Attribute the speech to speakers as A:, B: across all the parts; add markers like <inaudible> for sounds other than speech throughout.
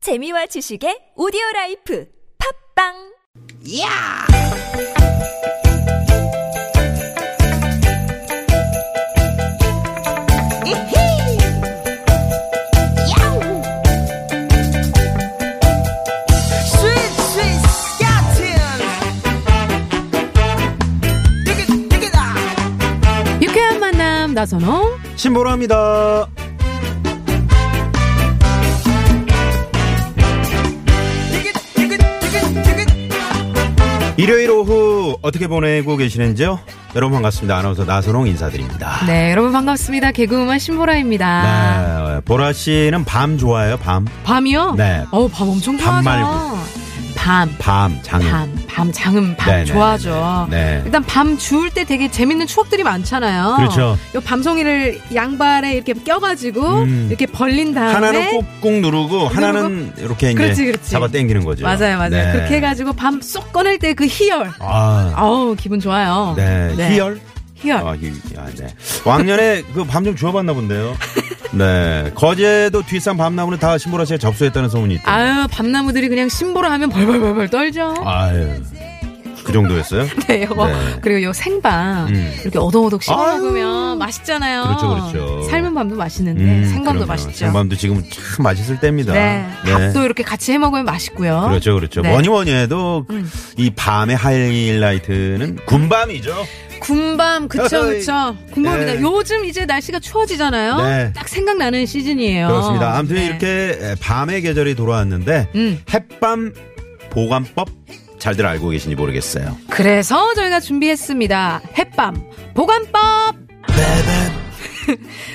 A: 재미와 지식의 오디오 라이프 팝빵
B: 야! 이히! 야우! 스윗, 스윗, 스캇틴! 띠깃, 띠깃아!
C: 유쾌한 만남 나선홍
D: 신보라입니다.
B: 띠깃, 띠깃, 띠깃, 띠깃!
D: 일요일 오후 어떻게 보내고 계시는지요? 여러분 반갑습니다. 아나운서 나선홍 인사드립니다.
C: 네 여러분 반갑습니다 개그우먼 신보라입니다
D: 네, 보라 씨는 밤 좋아해요? 밤?
C: 밤이요?
D: 네.
C: 어밤 엄청
D: 밤
C: 좋아하죠
D: 말고.
C: 밤
D: 밤, 장애.
C: 밤, 밤, 장음, 밤
D: 네네,
C: 좋아하죠.
D: 네네, 네.
C: 일단 밤 주울 때 되게 재밌는 추억들이 많잖아요.
D: 그렇죠.
C: 요 밤송이를 양발에 이렇게 껴가지고
D: 음.
C: 이렇게 벌린 그 다음에
D: 하나는 꾹꾹 누르고, 하나는 이렇게 이제
C: 그렇지, 그렇지.
D: 잡아 당기는 거죠.
C: 맞아요, 맞아요.
D: 네.
C: 그렇게 해가지고 밤 쏙 꺼낼 때 그 희열.
D: 아,
C: 어우 기분 좋아요.
D: 네. 희열?
C: 희열.
D: 아, 이- 아, 네. 왕년에 그 밤 좀 주워봤나 본데요. 네. 거제도 뒷산 밤나무는 다 신보라 씨가 접수했다는 소문이 있다.
C: 아유 밤나무들이 그냥 심보라 하면 벌벌벌벌 떨죠.
D: 아유. 그 정도였어요?
C: 네, 요거.
D: 네.
C: 그리고 요 생밤
D: 음.
C: 이렇게 어덕어덕 씹어
D: 아유.
C: 먹으면 맛있잖아요.
D: 그렇죠, 그렇죠.
C: 삶은 밤도 맛있는데 네, 생밤도
D: 음, 그럼요.
C: 맛있죠.
D: 생밤도 지금 참 맛있을 때입니다.
C: 네,
D: 네.
C: 밥도 이렇게 같이 해 먹으면 맛있고요.
D: 그렇죠, 그렇죠.
C: 네. 음.
D: 뭐니 뭐니 해도 이 밤의 하이라이트는 군밤이죠.
C: 군밤 그쵸
D: 어이.
C: 그쵸 군밤이다.
D: 네.
C: 요즘 이제 날씨가 추워지잖아요.
D: 네.
C: 딱 생각나는 시즌이에요.
D: 그렇습니다. 아무튼
C: 네.
D: 이렇게 밤의 계절이 돌아왔는데
C: 음.
D: 햇밤 보관법 잘들 알고 계신지 모르겠어요.
C: 그래서 저희가 준비했습니다. 햇밤 보관법. <laughs>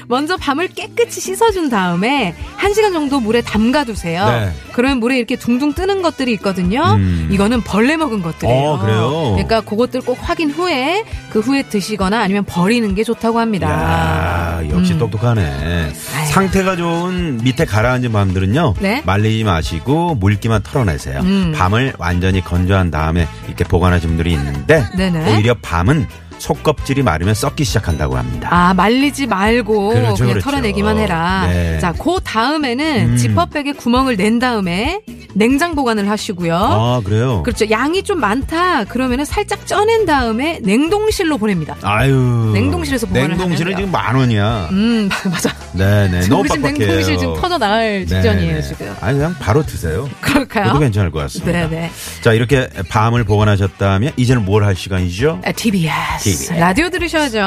C: 먼저 밤을 깨끗이 씻어준 다음에 1시간 정도 물에 담가두세요.
D: 네.
C: 그러면 물에 이렇게 둥둥 뜨는 것들이 있거든요.
D: 음.
C: 이거는 벌레 먹은 것들이에요.
D: 어, 그래요?
C: 그러니까 그것들 꼭 확인 후에 그 후에 드시거나 아니면 버리는 게 좋다고 합니다.
D: 야 역시
C: 아. 음.
D: 똑똑하네. 상태가 좋은 밑에 가라앉은 밤들은요.
C: 네?
D: 말리지 마시고 물기만 털어내세요.
C: 음.
D: 밤을 완전히 건조한 다음에 이렇게 보관하신 분들이 있는데
C: 네네.
D: 오히려 밤은 속껍질이 마르면 썩기 시작한다고 합니다.
C: 아, 말리지 말고
D: 그렇죠,
C: 그냥
D: 그렇죠.
C: 털어내기만 해라.
D: 네.
C: 자, 그 다음에는
D: 음.
C: 지퍼백에 구멍을 낸 다음에 냉장 보관을 하시고요.
D: 아, 그래요?
C: 그렇죠. 양이 좀 많다. 그러면은 살짝 쪄낸 다음에 냉동실로 보냅니다.
D: 아유.
C: 냉동실에서 보관을
D: 냉동실은
C: 하면 돼요.
D: 지금 만 원이야.
C: 음, <laughs> 맞아.
D: 네네. 너무
C: 우리 집
D: 빡빡해요.
C: 냉동실 지금 터져 나갈
D: 네네.
C: 직전이에요, 지금.
D: 아니, 그냥 바로 드세요.
C: 그럴까요?
D: 그것도 괜찮을 것 같습니다.
C: 네네.
D: 자, 이렇게 밤을 보관하셨다면 이제는 뭘 할 시간이죠?
C: 아, TBS.
D: TBS.
C: 라디오 들으셔야죠.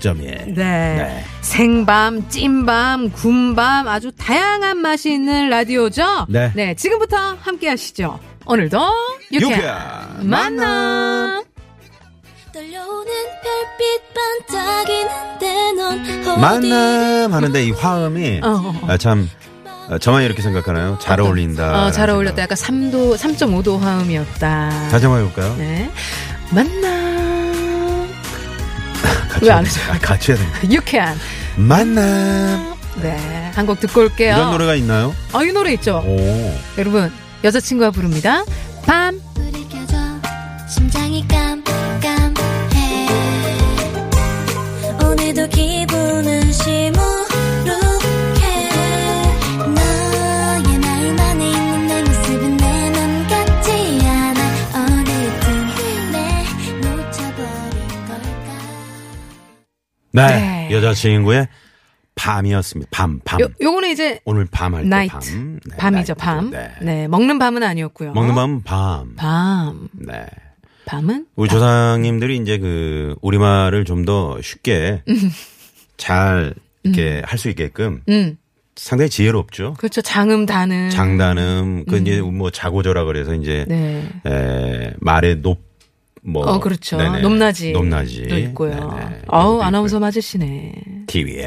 D: 95.1.
C: 네. 생밤, 찐밤, 군밤 아주 다양한 맛이 있는 라디오죠.
D: 네.
C: 지금부터 함께 하시죠. 오늘도 유쾌한 음.
D: 유쾌한
C: 만남.
E: 떨려오는 별빛 반짝이는데 넌 어디
D: 만남 하는데 이 화음이
C: 어, 어, 어.
D: 아, 참 아, 저만 이렇게 생각하나요? 잘 어울린다.
C: 어, 잘 어울렸다. 약간 3도, 3.5도 화음이었다.
D: 다시 한번 해볼까요?
C: 네. 만남.
D: 같이
C: 왜안
D: 해야 돼. 아, 같이 해야 돼.
C: 유쾌한.
D: 만남.
C: 네. 한 곡 듣고 올게요.
D: 이런 노래가 있나요?
C: 어, 이 노래 있죠?
D: 오.
C: 여러분, 여자친구가 부릅니다. 밤.
E: 불이 켜져 심장이 깜깜해 오늘도 기분은 시무룩해 너의 마음 안에 있는 내 모습은 내 맘 같지 않아 어느둥 내 놓쳐버린 걸까
D: 네.
C: 네.
D: 여자친구의 밤이었습니다. 밤, 밤.
C: 요, 요거는 이제
D: 오늘 밤 할 때
C: 나이트.
D: 밤. 네,
C: 밤이죠,
D: 나이트죠.
C: 밤.
D: 네.
C: 네. 먹는 밤은 아니었고요.
D: 먹는 밤은 밤.
C: 밤.
D: 네.
C: 밤은?
D: 우리 조상님들이 이제 그 우리말을 좀 더 쉽게
C: <laughs>
D: 잘 이렇게 할 수 있게끔
C: 음.
D: 상당히 지혜롭죠.
C: 그렇죠. 장음, 단음.
D: 장단음, 그 이제 뭐 자고저라 그래서 이제
C: 네.
D: 에, 말의 높, 뭐.
C: 어, 그렇죠.
D: 네네.
C: 높낮이.
D: 높낮이.
C: 도 있고요.
D: 네네. 그
C: 어우,
D: 이것도
C: 아나운서
D: 있고요.
C: 맞으시네.
D: TBS.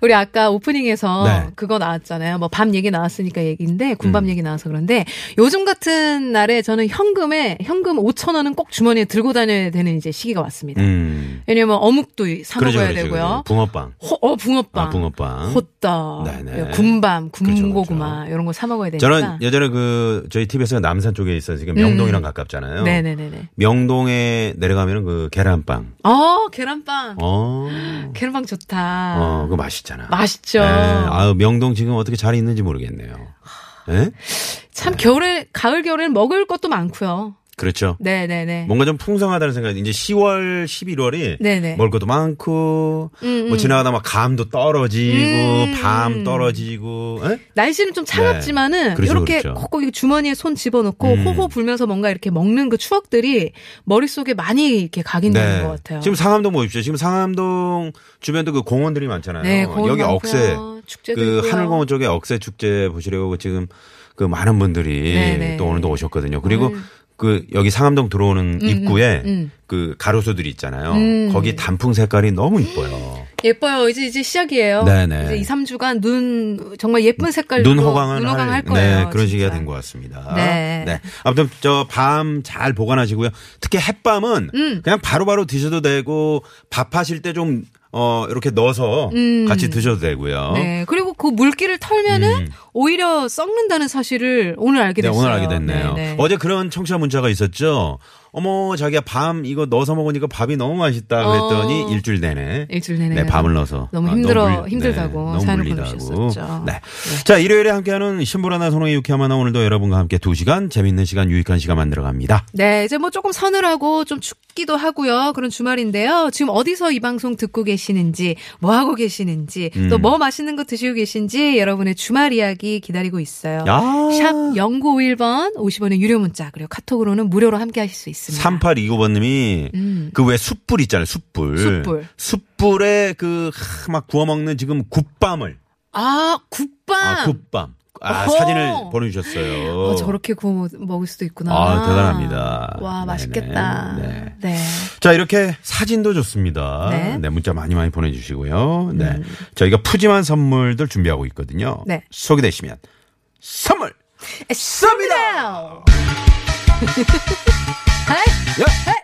C: 우리 아까 오프닝에서
D: 네. 음.
C: 그거 나왔잖아요. 뭐 밤 얘기 나왔으니까 얘기인데 군밤 얘기 나와서 그런데 요즘 같은 날에 저는 현금에 현금 5천 원은 꼭 주머니에 들고 다녀야 되는 이제 시기가 왔습니다. <laughs>
D: 음.
C: 왜냐면 어묵도 사
D: 그러죠,
C: 먹어야
D: 그러죠, 그러죠.
C: 되고요.
D: 붕어빵.
C: 호, 어 붕어빵,
D: 아, 붕어빵.
C: 호떡,
D: 네네.
C: 군밤,
D: 그렇죠,
C: 군고구마 이런 거 사 먹어야 되니까.
D: 저는 예전에 그 저희 TBS가 남산 쪽에 있어서 지금 명동이랑 가깝잖아요.
C: 음. 네네네네.
D: 명동에 내려가면 은그 계란빵.
C: 어 계란빵,
D: 어.
C: 계란빵 좋다.
D: 어, 그거 맛있잖아. 맛있잖아.
C: 맛있죠.
D: 예, 아유, 명동 지금 어떻게 잘 있는지 모르겠네요. 예?
C: 참 겨울에 가을 겨울에는 먹을 것도 많고요.
D: 그렇죠.
C: 네, 네, 네.
D: 뭔가 좀 풍성하다는 생각이 이제 10월, 11월이
C: 네네. 음,
D: 먹을 것도 많고 뭐 지나가다 막 감도 떨어지고 밤 떨어지고 예?
C: 날씨는 좀 차갑지만은
D: 그렇죠,
C: 이렇게
D: 그렇죠. 음.
C: 꼭꼭 주머니에 손 집어넣고 호호 불면서 뭔가 이렇게 먹는 그 추억들이 머릿속에 많이 이렇게 각인되는 것 같아요.
D: 네. 지금 상암동 보십시오. 지금 상암동 주변도 그 공원들이 많잖아요.
C: 네, 공원
D: 여기
C: 많고요.
D: 억새
C: 축제도
D: 그
C: 있고요.
D: 하늘공원 쪽에 억새 축제 보시려고 지금 그 많은 분들이
C: 네, 네.
D: 또 오늘도 오셨거든요. 그리고 그 여기 상암동 들어오는 입구에
C: 음.
D: 그 가로수들 있잖아요.
C: 음.
D: 거기 단풍 색깔이 너무 이뻐요.
C: 예뻐요. 이제 이제 시작이에요.
D: 네네.
C: 이제 2, 3주간 눈 정말 예쁜 색깔로
D: 눈 호강을
C: 눈 호강 할
D: 할-
C: 거예요.
D: 네, 그런 시기가
C: 진짜.
D: 된 것 같습니다.
C: 네.
D: 아무튼 저 밤 잘 보관하시고요. 특히 햇밤은
C: 음.
D: 그냥 바로바로 드셔도 되고 밥하실 때 좀 어, 이렇게 넣어서 같이 드셔도 되고요.
C: 음.
D: 음.
C: 네. 그리고 그 물기를 털면은 오히려 썩는다는 사실을 오늘 알게
D: 네,
C: 됐어요.
D: 오늘 알게 됐네요.
C: 네, 네.
D: 어제 그런 청취자 문자가 있었죠. 어머, 자기야, 밤 이거 넣어서 먹으니까 밥이 너무 맛있다 그랬더니
C: 어.
D: 일주일 내내.
C: 일주일 내내
D: 네, 밤을 넣어서.
C: 너무
D: 아,
C: 힘들어
D: 물-
C: 힘들다고
D: 네, 너무
C: 사연을
D: 물리다고.
C: 보내주셨었죠.
D: 네. 자, 일요일에 함께하는 신보라나 손홍의 유쾌한 만화 오늘도 여러분과 함께 두 시간 재밌는 시간 유익한 시간 만들어 갑니다.
C: 네, 이제 뭐 조금 서늘하고 좀 춥기도 하고요. 그런 주말인데요. 지금 어디서 이 방송 듣고 계시는지, 뭐 하고 계시는지,
D: 음.
C: 또 뭐 맛있는 거 드시고 계신지 여러분의 주말 이야기 기다리고 있어요.
D: 야.
C: 샵 0951번 50원의 유료 문자 그리고 카톡으로는 무료로 함께 하실 수 있습니다.
D: 3829번님이 그 왜 숯불 있잖아요. 숯불.
C: 음. 숯불.
D: 숯불에 그 막 구워 먹는 지금 굿밤을.
C: 아, 국밥.
D: 아, 굿밤. 아,
C: 어허.
D: 사진을 보내주셨어요.
C: 어, 저렇게 구워 먹을 수도 있구나.
D: 아, 대단합니다.
C: 와,
D: 네네.
C: 맛있겠다.
D: 네.
C: 네.
D: 자, 이렇게 사진도 좋습니다. 네.
C: 네. 음.
D: 문자 많이 많이 보내주시고요. 네. 저희가 푸짐한 선물들 준비하고 있거든요.
C: 네.
D: 소개되시면 선물!
C: 쏩니다!
D: 야!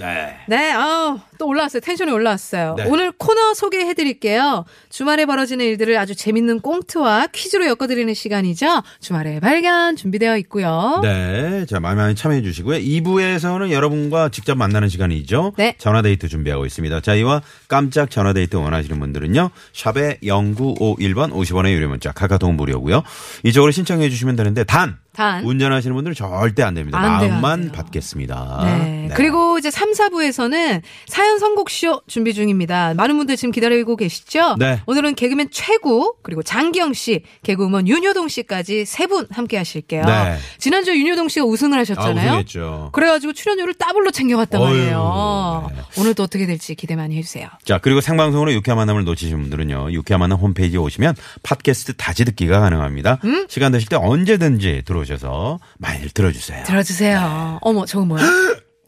D: 네.
C: 네, 아우, 또 올라왔어요. 텐션이 올라왔어요.
D: 네.
C: 오늘 코너 소개해 드릴게요. 주말에 벌어지는 일들을 아주 재밌는 꽁트와 퀴즈로 엮어드리는 시간이죠. 주말에 발견 준비되어 있고요.
D: 네. 자, 많이 많이 참여해 주시고요. 2부에서는 여러분과 직접 만나는 시간이죠.
C: 네.
D: 전화데이트 준비하고 있습니다. 자, 이와 깜짝 전화데이트 원하시는 분들은요. 샵에 0951번 50원의 유료 문자, 카카오톡 무료고요. 이쪽으로 신청해 주시면 되는데, 단!
C: 단.
D: 운전하시는 분들은 절대 안 됩니다.
C: 안 돼요, 안
D: 마음만
C: 돼요.
D: 받겠습니다.
C: 네. 그리고 이제 3, 4부에서는 사연 선곡쇼 준비 중입니다. 많은 분들 지금 기다리고 계시죠?
D: 네.
C: 오늘은 개그맨 최고, 그리고 장기영 씨, 개그우먼 윤효동 씨까지 세 분 함께 하실게요.
D: 네.
C: 지난주에 윤효동 씨가 우승을 하셨잖아요.
D: 아, 우승했죠.
C: 그래가지고 출연료를 더블로 챙겨왔단
D: 어휴,
C: 말이에요.
D: 네.
C: 오늘도 어떻게 될지 기대 많이 해주세요.
D: 자, 그리고 생방송으로 유쾌한 만남을 놓치신 분들은요, 유쾌한 만남 홈페이지에 오시면 팟캐스트 다시 듣기가 가능합니다. 시간 되실 때 언제든지 들어오셔서 많이들 들어주세요.
C: 들어주세요.
D: 네.
C: 어머, 저거
D: <gasps>
C: 뭐야?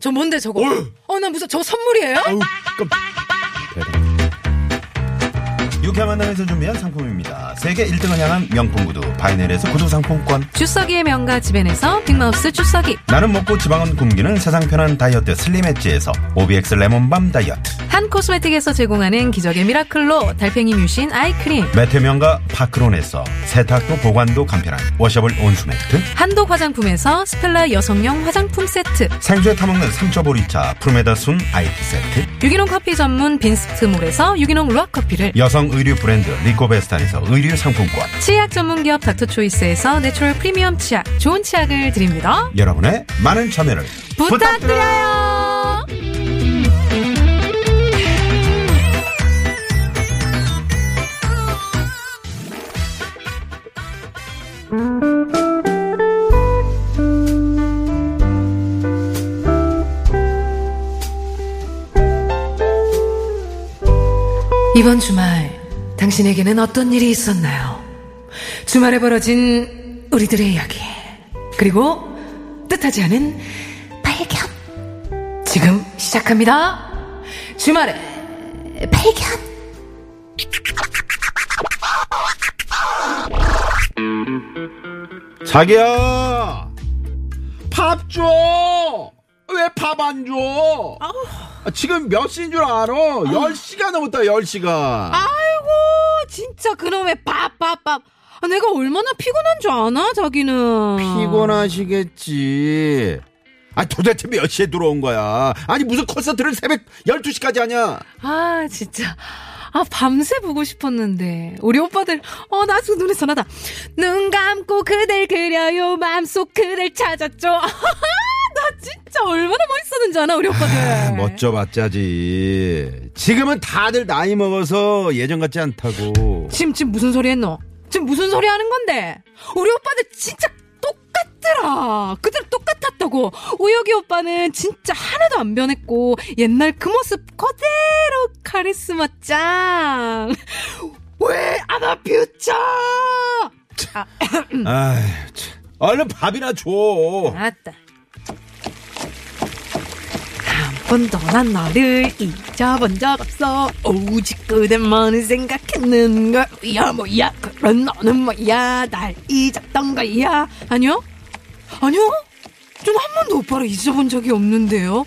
C: 저 뭔데 저거? 어, 나 무슨 저거 선물이에요?
D: 유쾌한 만남에서 준비한 상품입니다. 세계 1등을 향한 명품 구두, 바이넬에서 구두 상품권.
C: 주석이의 명가 집엔에서 빅마우스 주석이,
D: 나는 먹고 지방은 굶기는 세상 편한 다이어트 슬림 엣지에서 오비엑스 레몬밤 다이어트.
C: 한 코스메틱에서 제공하는 기적의 미라클로 달팽이 뮤신 아이크림,
D: 매태명과 파크론에서 세탁도 보관도 간편한 워셔블 온수매트.
C: 한독 화장품에서 스펠라 여성용 화장품 세트,
D: 생수에 타먹는 삼초보리차 프로메다 순 아이티 세트.
C: 유기농 커피 전문 빈스트몰에서 유기농 루아커피를,
D: 여성 의류 브랜드 리코베스탄에서 의류 상품권
C: 치약 전문 기업 닥터초이스에서 내추럴 프리미엄 치약, 좋은 치약을 드립니다.
D: 여러분의 많은 참여를
C: 부탁드려요! 이번 주말 당신에게는 어떤 일이 있었나요? 주말에 벌어진 우리들의 이야기 그리고 뜻하지 않은 발견 지금 시작합니다 주말에 발견
D: 자기야 밥줘왜 밥 안 줘? 아, 지금 몇 시인 줄 알아? 10시가 넘었다 10시가
C: 아이고 진짜 그놈의 밥밥밥 아, 내가 얼마나 피곤한 줄 아나 자기는
D: 피곤하시겠지 아 도대체 몇 시에 들어온 거야 아니 무슨 콘서트를 새벽 12시까지 하냐
C: 아 진짜 아, 밤새 보고 싶었는데. 우리 오빠들, 어, 나 지금 눈에 선하다. 눈 감고 그댈 그려요. 마음속 그댈 찾았죠. <laughs> 아, 나 진짜 얼마나 멋있었는지 아나, 우리 오빠들.
D: 아, 멋져봤자지. 지금은 다들 나이 먹어서 예전 같지 않다고.
C: 지금, 지금 무슨 소리 했노? 지금 무슨 소리 하는 건데? 우리 오빠들 진짜 똑같더라. 그들 똑같았다고. 우혁이 오빠는 진짜 하나도 안 변했고, 옛날 그 모습 그대로 카리스마 짱. 왜, 아마 퓨처! 아,
D: 아, 참. 얼른 밥이나 줘.
C: 알았다. 한 번도 난 너를 잊어본 적 없어. 오직 그대만을 생각했는 걸. 야, 뭐야. 그런 너는 뭐야. 날 잊었던 거야. 아니요? 아니요? 전 한 번도 오빠를 잊어본 적이 없는데요.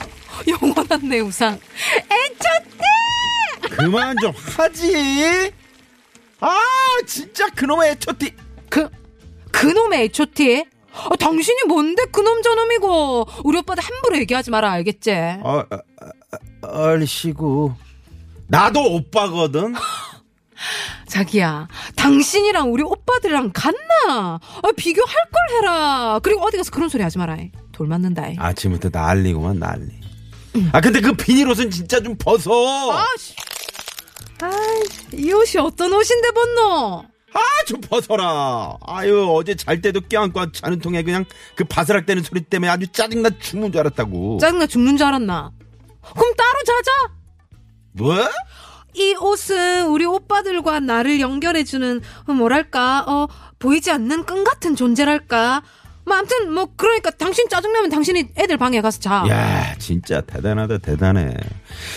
C: 영원한 내 우상. 애초대!
D: 그만 좀 하지. 아, 진짜 그놈의 애초띠.
C: 그, 그놈의 애초티? 아, 당신이 뭔데 그놈 저놈이고. 우리 오빠도 함부로 얘기하지 마라. 알겠지?
D: 아, 아, 아, 얼씨구. 나도 오빠거든.
C: 자기야, 당신이랑 우리 오빠들이랑 같나? 아, 비교할 걸 해라. 그리고 어디 가서 그런 소리 하지 마라. 돌 맞는다. 아,
D: 아침부터 난리구만 난리. 아 근데 그 비닐 옷은 진짜 좀 벗어.
C: 아, 씨. 아이, 이 옷이 어떤 옷인데 벗노?
D: 아 좀 벗어라. 아유 어제 잘 때도 껴안고 자는 통에 그냥 그 바스락대는 소리 때문에 아주 짜증나 죽는 줄 알았다고.
C: 짜증나 죽는 줄 알았나? 그럼 따로 자자.
D: 뭐?
C: 이 옷은 우리 오빠들과 나를 연결해주는 어, 뭐랄까 어 보이지 않는 끈 같은 존재랄까. 뭐 아무튼 뭐 그러니까 당신 짜증나면 당신이 애들 방에 가서 자.
D: 야 진짜 대단하다 대단해.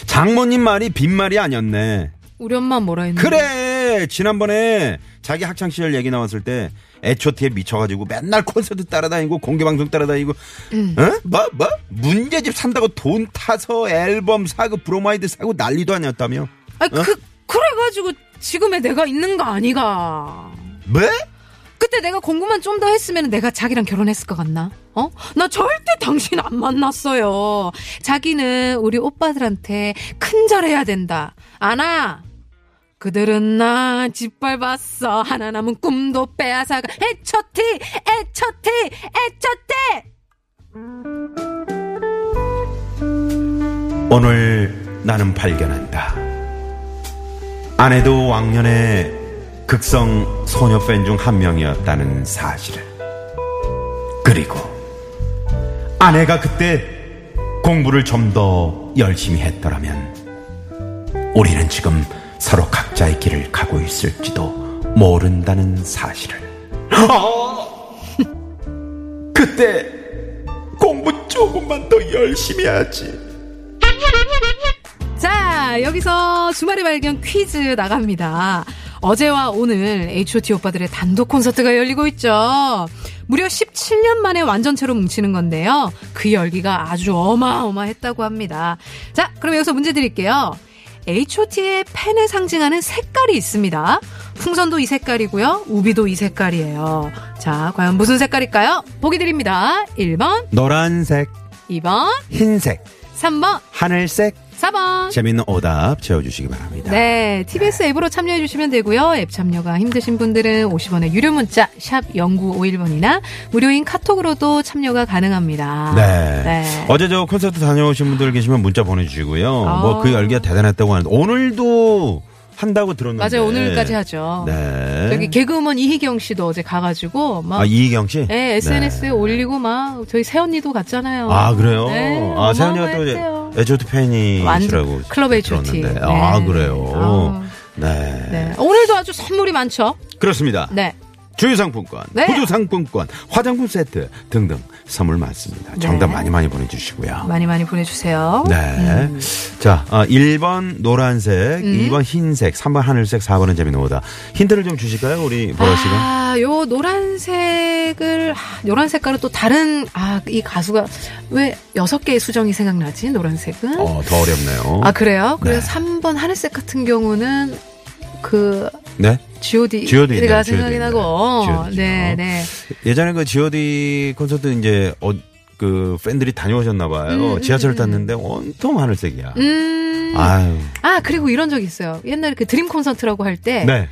D: 장모님 말이 빈말이 아니었네.
C: 우리 엄마 뭐라 했는데?
D: 그래 지난번에 자기 학창 시절 얘기 나왔을 때 애초티에 미쳐가지고 맨날 콘서트 따라다니고 공개 방송 따라다니고 어? 뭐? 뭐? 문제집 산다고 돈 타서 앨범 사고 브로마이드 사고 난리도 아니었다며
C: 아, 그, 그래가지고 지금의 내가 있는 거 아니가.
D: 뭐?
C: 그때 내가 공부만 좀 더 했으면 내가 자기랑 결혼했을 것 같나? 어? 나 절대 당신 안 만났어요. 자기는 우리 오빠들한테 큰절해야 된다. 아나! 그들은 나 짓밟았어. 하나 남은 꿈도 빼앗아가. 애초티! 애초티! 애초티!
D: 오늘 나는 발견한다. 아내도 왕년에 극성 소녀 팬 중 한 명이었다는 사실을. 그리고 아내가 그때 공부를 좀 더 열심히 했더라면 우리는 지금 서로 각자의 길을 가고 있을지도 모른다는 사실을. 어! <laughs> 그때 공부 조금만 더 열심히 하지.
C: 자, 여기서 주말의 발견 퀴즈 나갑니다. 어제와 오늘 H.O.T 오빠들의 단독 콘서트가 열리고 있죠. 무려 17년 만에 완전체로 뭉치는 건데요. 그 열기가 아주 어마어마했다고 합니다. 자, 그럼 여기서 문제 드릴게요. H.O.T의 팬을 상징하는 색깔이 있습니다. 풍선도 이 색깔이고요. 우비도 이 색깔이에요. 자, 과연 무슨 색깔일까요? 보기 드립니다. 1번,
D: 노란색,
C: 2번,
D: 흰색,
C: 3번,
D: 하늘색.
C: 4번.
D: 재밌는 오답 채워주시기 바랍니다.
C: 네, TBS 앱으로 참여해 주시면 되고요. 앱 참여가 힘드신 분들은 50원의 유료 문자 샵 0951번이나 무료인 카톡으로도 참여가 가능합니다.
D: 네.
C: 네.
D: 어제 저 콘서트 다녀오신 분들 계시면 문자 보내주시고요.
C: 아.
D: 뭐 그 열기가 대단했다고 하는데 오늘도 한다고 들었는데.
C: 맞아요. 오늘까지 하죠.
D: 네.
C: 저기 개그우먼 이희경 씨도 어제 가 가지고 막
D: 아 이희경 씨.
C: 예, SNS에
D: 네.
C: 올리고 막 저희 새언니도 갔잖아요.
D: 아 그래요.
C: 네,
D: 아 세연이가 또 이제
C: 어마어마했어요.
D: 에조트 팬이시라고
C: 완전 클럽 H.O.T.
D: 들었는데. 아
C: 네.
D: 그래요.
C: 아.
D: 네.
C: 네. 오늘도 아주 선물이 많죠.
D: 그렇습니다.
C: 네.
D: 주유상품권,
C: 네.
D: 구두상품권, 화장품 세트 등등 선물 많습니다. 정답
C: 네.
D: 많이 많이 보내주시고요.
C: 많이 많이 보내 주세요.
D: 네.
C: 음.
D: 자, 아, 1번 노란색, 2번 흰색, 3번 하늘색, 4번은 재미는 오다. 힌트를 좀 주실까요, 우리 보라 씨가?
C: 아, 요 노란색을 아, 노란 색깔은 또 다른 아 이 가수가 왜 여섯 개의 수정이 생각나지? 노란색은
D: 어, 더 어렵네요.
C: 아 그래요? 그래서
D: 네.
C: 3번 하늘색 같은 경우는 그
D: 네.
C: G.O.D.
D: G.O.D. 네,
C: 가
D: G.O.D.
C: 생각이
D: 네.
C: 나고
D: G.O.D. 죠.
C: 네, 네.
D: 예전에 그 GOD 콘서트 이제 어, 그 팬들이 다녀오셨나 봐요. 지하철 탔는데 온통 하늘색이야.
C: 음.
D: 아유.
C: 아, 그리고 이런 적 있어요. 옛날에 그 드림 콘서트라고 할 때
D: 네.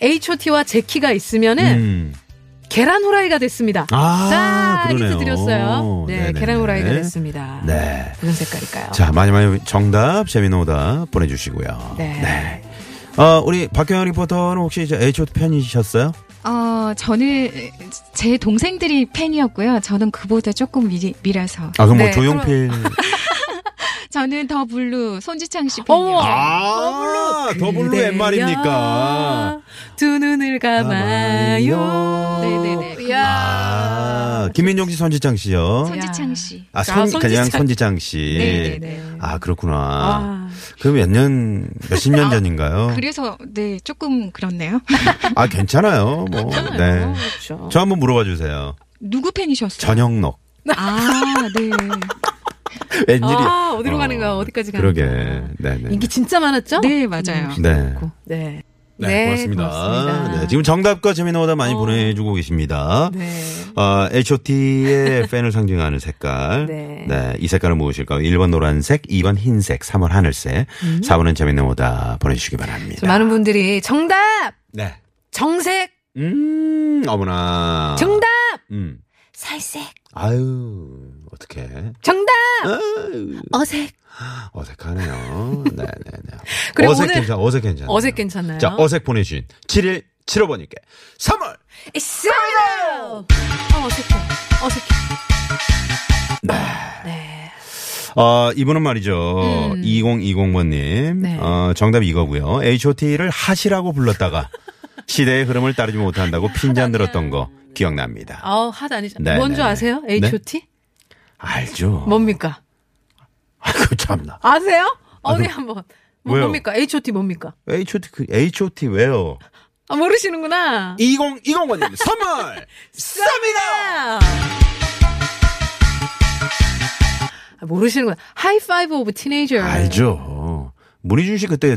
C: H.O.T.와 제키가 있으면은
D: 음.
C: 계란 후라이가 됐습니다.
D: 아,
C: 네. 자,
D: 그러네요.
C: 힌트 드렸어요. 네,
D: 네네네.
C: 계란 후라이가 됐습니다.
D: 네.
C: 무슨 색깔일까요?
D: 자, 많이 많이 정답, 재미는 오다 보내주시고요.
C: 네.
D: 어, 우리 박경현 리포터는 혹시 저 H.O.T 팬이셨어요?
F: 어, 저는 제 동생들이 팬이었고요. 저는 그보다 조금 미리, 미라서.
D: 아, 그럼
C: 네,
D: 뭐 조용필.
F: 저는 더 블루 손지창 씨
C: 어머.
F: 팬이요.
D: <laughs> 아, 더블로 아.
C: 그대여
D: 웬 말입니까?
C: 두 눈을 감아요.
F: 네네네.
D: 아, 김민종 씨, 손지창 씨요.
F: 손지창 씨.
D: 아, 손,
C: 아,
D: 그냥
C: 손지창.
D: 손지창 씨.
F: 네네네.
D: 아, 그렇구나.
C: 아,
D: 그럼 몇 년, 몇십 년 전인가요?
F: 그래서 네 조금 그렇네요. <laughs>
D: 아, 괜찮아요. 뭐, 네.
C: 그렇죠.
D: 저 한번 물어봐 주세요.
F: 누구 팬이셨어요?
D: 전영록.
F: 아, 네.
D: 웬일이야.
C: 아, 어디로 가는가, 어디까지 가는가.
D: 그러게. 네네.
C: 인기 진짜 많았죠?
F: 네, 맞아요.
D: 네.
C: 네.
D: 네,
C: 네,
D: 고맙습니다.
C: 고맙습니다.
D: 네, 지금 정답과 재미난 오다 많이
C: 어.
D: 보내주고 계십니다.
C: 네.
D: 어, H.O.T의 <laughs> 팬을 상징하는 색깔.
C: 네.
D: 이 색깔은 무엇일까요? 1번 노란색, 2번 흰색, 3번 하늘색,
C: 음.
D: 4번은 재미있는 오다 보내주시기 바랍니다.
C: 저 많은 분들이 정답!
D: 네.
C: 정색!
D: 음, 어머나.
C: 정답!
D: 음.
A: 살색,
D: 아유, 어떡해.
C: 정답!
D: 아유,
A: 어색.
D: 어색하네요. 네네네.
C: <laughs> 그리고
D: 어색
C: 오늘-
D: 괜찮아, 어색 괜찮아.
C: 어색 괜찮나요?
D: 자, 어색 보내주신 7일 7호번님께 3월!
C: 있어요! 어, 어색해. 어색해.
D: 어, 이분은 말이죠. 2020번님.
C: 음. 네.
D: 어, 정답 이거고요. HOT를 하시라고 불렀다가 시대의 흐름을 따르지 못한다고 핀잔 들었던 거 기억납니다.
C: 어, 하드 아니죠.
D: 네,
C: 뭔 줄
D: 네,
C: 아세요?
D: 네.
C: H.O.T?
D: 알죠.
C: 뭡니까?
D: 아이고, 참나.
C: 아세요? 어디 한번. 뭐,
D: 그, 왜요?
C: 뭡니까? H.O.T. 뭡니까?
D: HOT, 그, HOT 왜요?
C: 아, 모르시는구나.
D: 2020번님
C: <laughs>
D: 선물!
C: 쌉니다! 모르시는구나. 하이파이브 오브 티네이저.
D: 알죠. 문희준 씨 그때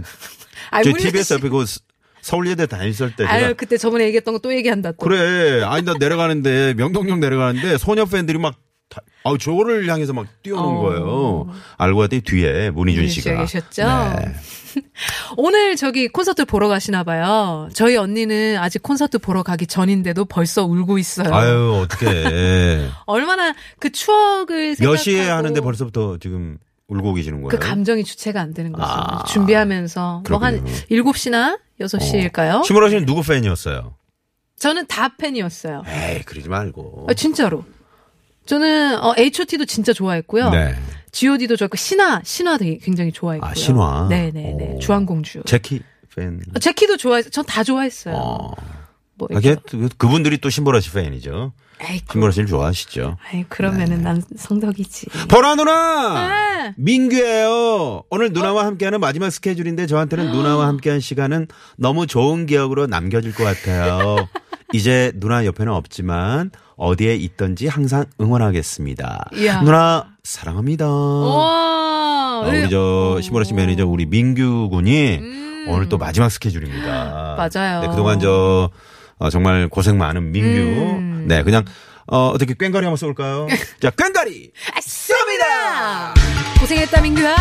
C: 아,
D: 저
C: 문희준
D: TBS
C: 씨.
D: 앞에 그 스- 서울예대 다녔을 때 제가
C: 아유, 그때 저번에 얘기했던 거 또 얘기한다. 또.
D: 그래 아니 나 내려가는데 명동역 내려가는데 소녀 팬들이 막 다- 아우 저거를 향해서 막 뛰어오는
C: 어.
D: 거예요. 알고 봤더니 뒤에 문희준
C: 문희준 씨가
D: 씨가
C: 계셨죠?
D: 네.
C: <laughs> 오늘 저기 콘서트 보러 가시나 봐요. 저희 언니는 아직 콘서트 보러 가기 전인데도 벌써 울고 있어요.
D: 아유
C: <laughs>
D: 어떻게
C: 얼마나 그 추억을 생각하고
D: 여시에 하는데 벌써부터 지금 울고 계시는
C: 그
D: 거예요.
C: 감정이 주체가 안 되는 거죠.
D: 아,
C: 준비하면서 뭐 한
D: 그렇군요. 어.
C: 7시나 6시일까요?
D: 심으라 씨는 누구 팬이었어요?
C: 저는 다 팬이었어요.
D: 에이 그러지 말고.
C: 아, 진짜로. 저는 어, H.O.T.도 진짜 좋아했고요.
D: 네.
C: G.O.D.도 좋아했고 신화 신화 되게 굉장히 좋아했고요.
D: 아, 신화.
C: 네네네.
D: 오.
C: 주한공주.
D: 제키 팬.
C: 아, 제키도 좋아해서 전 다 좋아했어요.
D: 어.
C: 뭐
D: 아,
C: 이렇게.
D: 걔- 그- 그분들이 또 심보라 씨 팬이죠.
C: 에이, 그,
D: 심보라 씨를 좋아하시죠.
C: 아이 그러면은
D: 네.
C: 난 성덕이지.
D: 보라 누나!
C: 네.
D: 민규예요. 오늘
C: 어?
D: 누나와 함께하는 마지막 스케줄인데
C: 아.
D: 저한테는 누나와 함께한 시간은 너무 좋은 기억으로 남겨질 것
C: <laughs>
D: 같아요. 이제 누나 옆에는 없지만 어디에 있든지 항상 응원하겠습니다.
C: 이야. 어,
D: 누나 사랑합니다.
C: 와.
D: 아,
C: 네.
D: 우리 저 시보라 씨 매니저 우리 민규 군이 오늘 또 마지막 스케줄입니다.
C: 음. 맞아요.
D: 네, 그동안 저 어, 정말 고생 많은 민규.
C: 음.
D: 네, 그냥 어, 어떻게 꽹가리
C: <laughs>
D: 한번 쏠까요? 자, 꽹가리.
C: 쏩니다. 고생했다 민규야.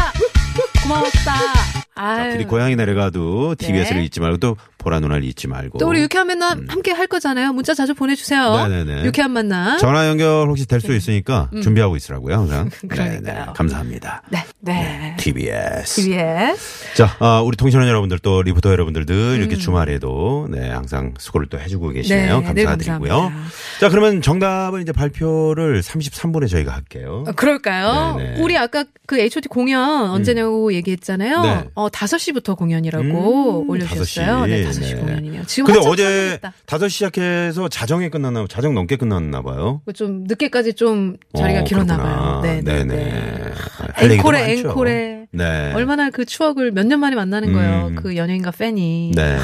C: 고마웠다.
D: 자,
C: 아유.
D: 우리 고향이 내려가도
C: 네.
D: TBS를 잊지 말고 또 보라 누나를 잊지 말고.
C: 또 우리 유쾌한 만남 함께 할 거잖아요. 문자 자주 보내주세요.
D: 음. 네네네.
C: 유쾌한 만남.
D: 전화 연결 혹시 될 수 있으니까 준비하고
C: <laughs>
D: 있으라고요, 항상.
C: 음. 그러니까요.
D: 감사합니다.
C: 네. 네.
D: TBS.
C: TBS.
D: 자, 아, 우리 통신원 여러분들 또 리포터 여러분들 늘 이렇게 주말에도 네, 항상 수고를 또 해주고 계시네요.
C: 음. 네, 늘
D: 감사드리고요.
C: 감사합니다.
D: 자, 그러면 정답은 이제 발표를 33분에 저희가 할게요.
C: 아, 그럴까요?
D: 네네. 음.
C: 우리 아까 그 H.O.T 공연 언제냐고 얘기했잖아요.
D: 네.
C: 어, 5시부터 공연이라고
D: 음,
C: 올려주셨어요.
D: 5시.
C: 네, 5시
D: 네.
C: 공연이네요. 지금
D: 근데
C: 한참
D: 어제
C: 참여했다.
D: 5시 시작해서 자정에 끝났나, 자정 넘게 끝났나 봐요.
C: 뭐좀 늦게까지 좀 자리가
D: 어,
C: 길었나
D: 그렇구나.
C: 봐요. 네, 네,
D: 네네. 할 얘기도
C: 앵콜에
D: 많죠.
C: 앵콜에
D: 네.
C: 얼마나 그 추억을 몇 년 만에 만나는 거예요.
D: 음.
C: 그 연예인과 팬이.
D: 네.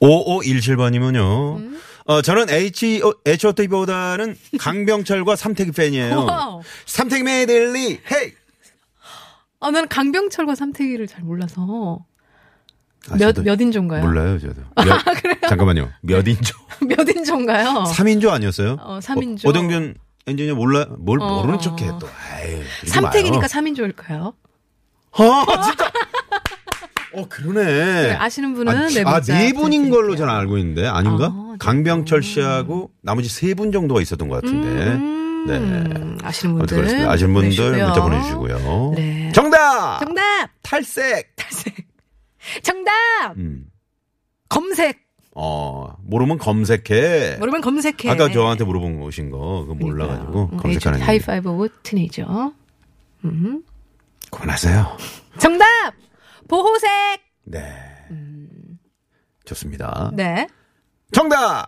D: 5517번이면요.
C: 음?
D: 어, 저는 H, 어, H.O.T.보다는 강병철과 삼태기 팬이에요.
C: 와우.
D: 삼태기 메들리, 헤이!
C: 아, 나는 강병철과 삼태기를 잘 몰라서
D: 아,
C: 몇
D: 저도
C: 몇 인조인가요? 아,
D: 몰라요, 저도.
C: <laughs>
D: 몇, 잠깐만요. 몇 인조?
C: 몇 인조인가요?
D: 삼 3인조 아니었어요?
C: 어, 삼인조.
D: 어, 오동균 엔지니어 몰라, 뭘
C: 어.
D: 모르는 척해 또. 아유.
C: 삼태기니까 삼인조일까요?
D: 아, 진짜. 어, 그러네.
C: 아시는 분은 네,
D: 아,
C: 문자
D: 네 분인
C: 부탁드릴게요.
D: 걸로 저는 알고 있는데 아닌가?
C: 아, 네.
D: 강병철 씨하고 나머지 세 분 정도가 있었던 것 같은데.
C: 음,
D: 네.
C: 아시는
D: 아무튼
C: 분들
D: 그렇습니다. 아시는 분들
C: 보내주시고요.
D: 문자 보내주시고요.
C: 네.
D: 정답!
C: 정답
D: 탈색!
C: 정답
D: 음.
C: 검색
D: 어, 모르면 검색해.
C: 모르면 검색해
D: 네. 아까 저한테 물어본 거신 거, 그거 몰라가지고
C: 그러니까요. 음,
D: 검색하는
C: 에이즈
D: 얘기.
C: 하이파이브 워튼이죠 음.
D: 그만하세요.
C: 정답 보호색
D: 네. 좋습니다.
C: 음. 네
D: 정답!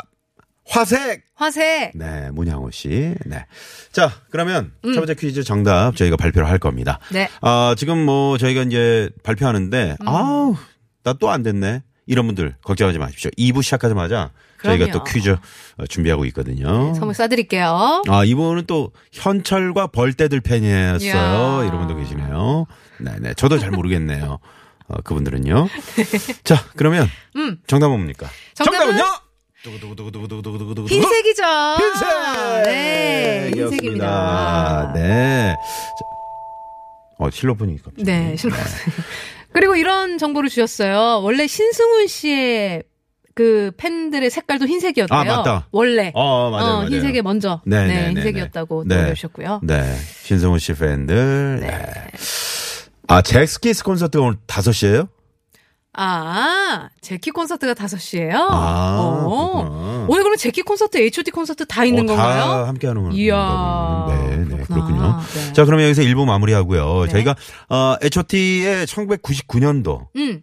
D: 화색!
C: 화색
D: 네, 문양호 씨. 네. 자, 그러면
C: 음.
D: 첫 번째 퀴즈 정답 저희가 발표를 할 겁니다.
C: 네.
D: 아, 지금 뭐 저희가 이제 발표하는데
C: 음.
D: 아우, 나 또 안 됐네. 이런 분들 걱정하지 마십시오. 2부 시작하자마자
C: 그럼요.
D: 저희가
C: 네,
D: 또 퀴즈 어, 준비하고 있거든요.
C: 선물 쏴드릴게요
D: 아, 이분은 또 현철과 벌떼들 팬이었어요.
C: 이야.
D: 이런 분도 계시네요. 네, 네. 저도 잘 모르겠네요. 어, 그분들은요.
C: <laughs>
D: 자, 그러면 정답은 뭡니까?
C: 음. 정답은
D: 두구두구두구두구두구두구두구.
C: 흰색이죠
D: 흰색!
C: 네 흰색입니다
D: 귀엽습니다. 네. 자, 어, 실로폰이 갑자기.
C: 네, 실로폰. 그리고 이런 정보를 주셨어요. 원래 신승훈 씨의 그 팬들의 색깔도 흰색이었대요.
D: 아, 맞다.
C: 원래.
D: 어, 맞아요. 맞아요.
C: 흰색에 먼저.
D: 네,
C: 네,
D: 네, 네,
C: 흰색이었다고
D: 네.
C: 네. 알려주셨고요.
D: 네. 신성훈 씨 팬들. 네. 아, 잭스키스 콘서트가 오늘 5시에요?
C: 아, 제키 콘서트가 5시예요?
D: 아, 그렇구나.
C: 어.
D: 어,
C: 오늘 그럼 제키 콘서트, HOT 콘서트 다 있는
D: 다
C: 건가요?
D: 함께 하는 건가요?
C: 이야.
D: 네, 네,
C: 그렇구나.
D: 그렇군요.
C: 네.
D: 자, 그러면 여기서 1부 마무리하고요.
C: 네.
D: 저희가 어, H.O.T.의 1999년도.
C: 음,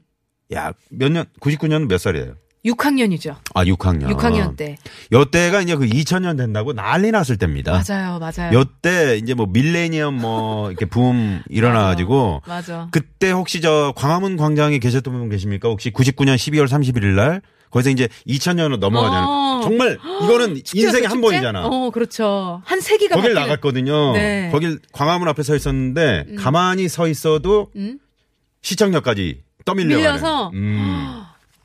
D: 야, 몇 년? 99년 몇 살이에요?
C: 6학년이죠.
D: 아, 6학년.
C: 6학년 때.
D: 요때가 이제 그 2000년 된다고 난리 났을 때입니다.
C: 맞아요, 맞아요.
D: 요때 이제 뭐 밀레니엄 뭐 이렇게 붐 일어나 가지고
C: 맞아.
D: 그때 혹시 저 광화문 광장에 계셨던 분 계십니까? 혹시 99년 12월 31일 날 거기서 이제 2000년으로 넘어가잖아요.
C: 어.
D: 정말 이거는 그 인생의
C: <gasps> 축제?
D: 한 번이잖아.
C: 어, 그렇죠. 한 세기가
D: 거길
C: 바뀌는-
D: 나갔거든요.
C: 네.
D: 거길 광화문 앞에 서 있었는데 가만히 서 있어도
C: 음?
D: 시청역까지 음. 떠밀려
C: 밀려서?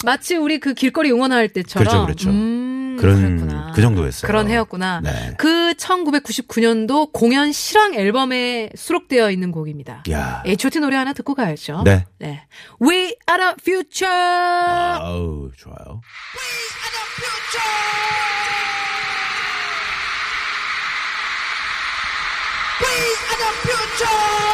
C: 마치 우리 그 길거리 응원할 때처럼.
D: 그렇죠, 그렇죠.
C: 음,
D: 그런
C: 그랬구나.
D: 그 정도였어요.
C: 그런 해였구나.
D: 네.
C: 그 1999년도 공연 실황 앨범에 수록되어 있는 곡입니다.
D: 야.
C: H.O.T 노래 하나 듣고 가야죠.
D: 예. 네.
C: We are the future.
D: 아. 아우 좋아요.
B: We are the future.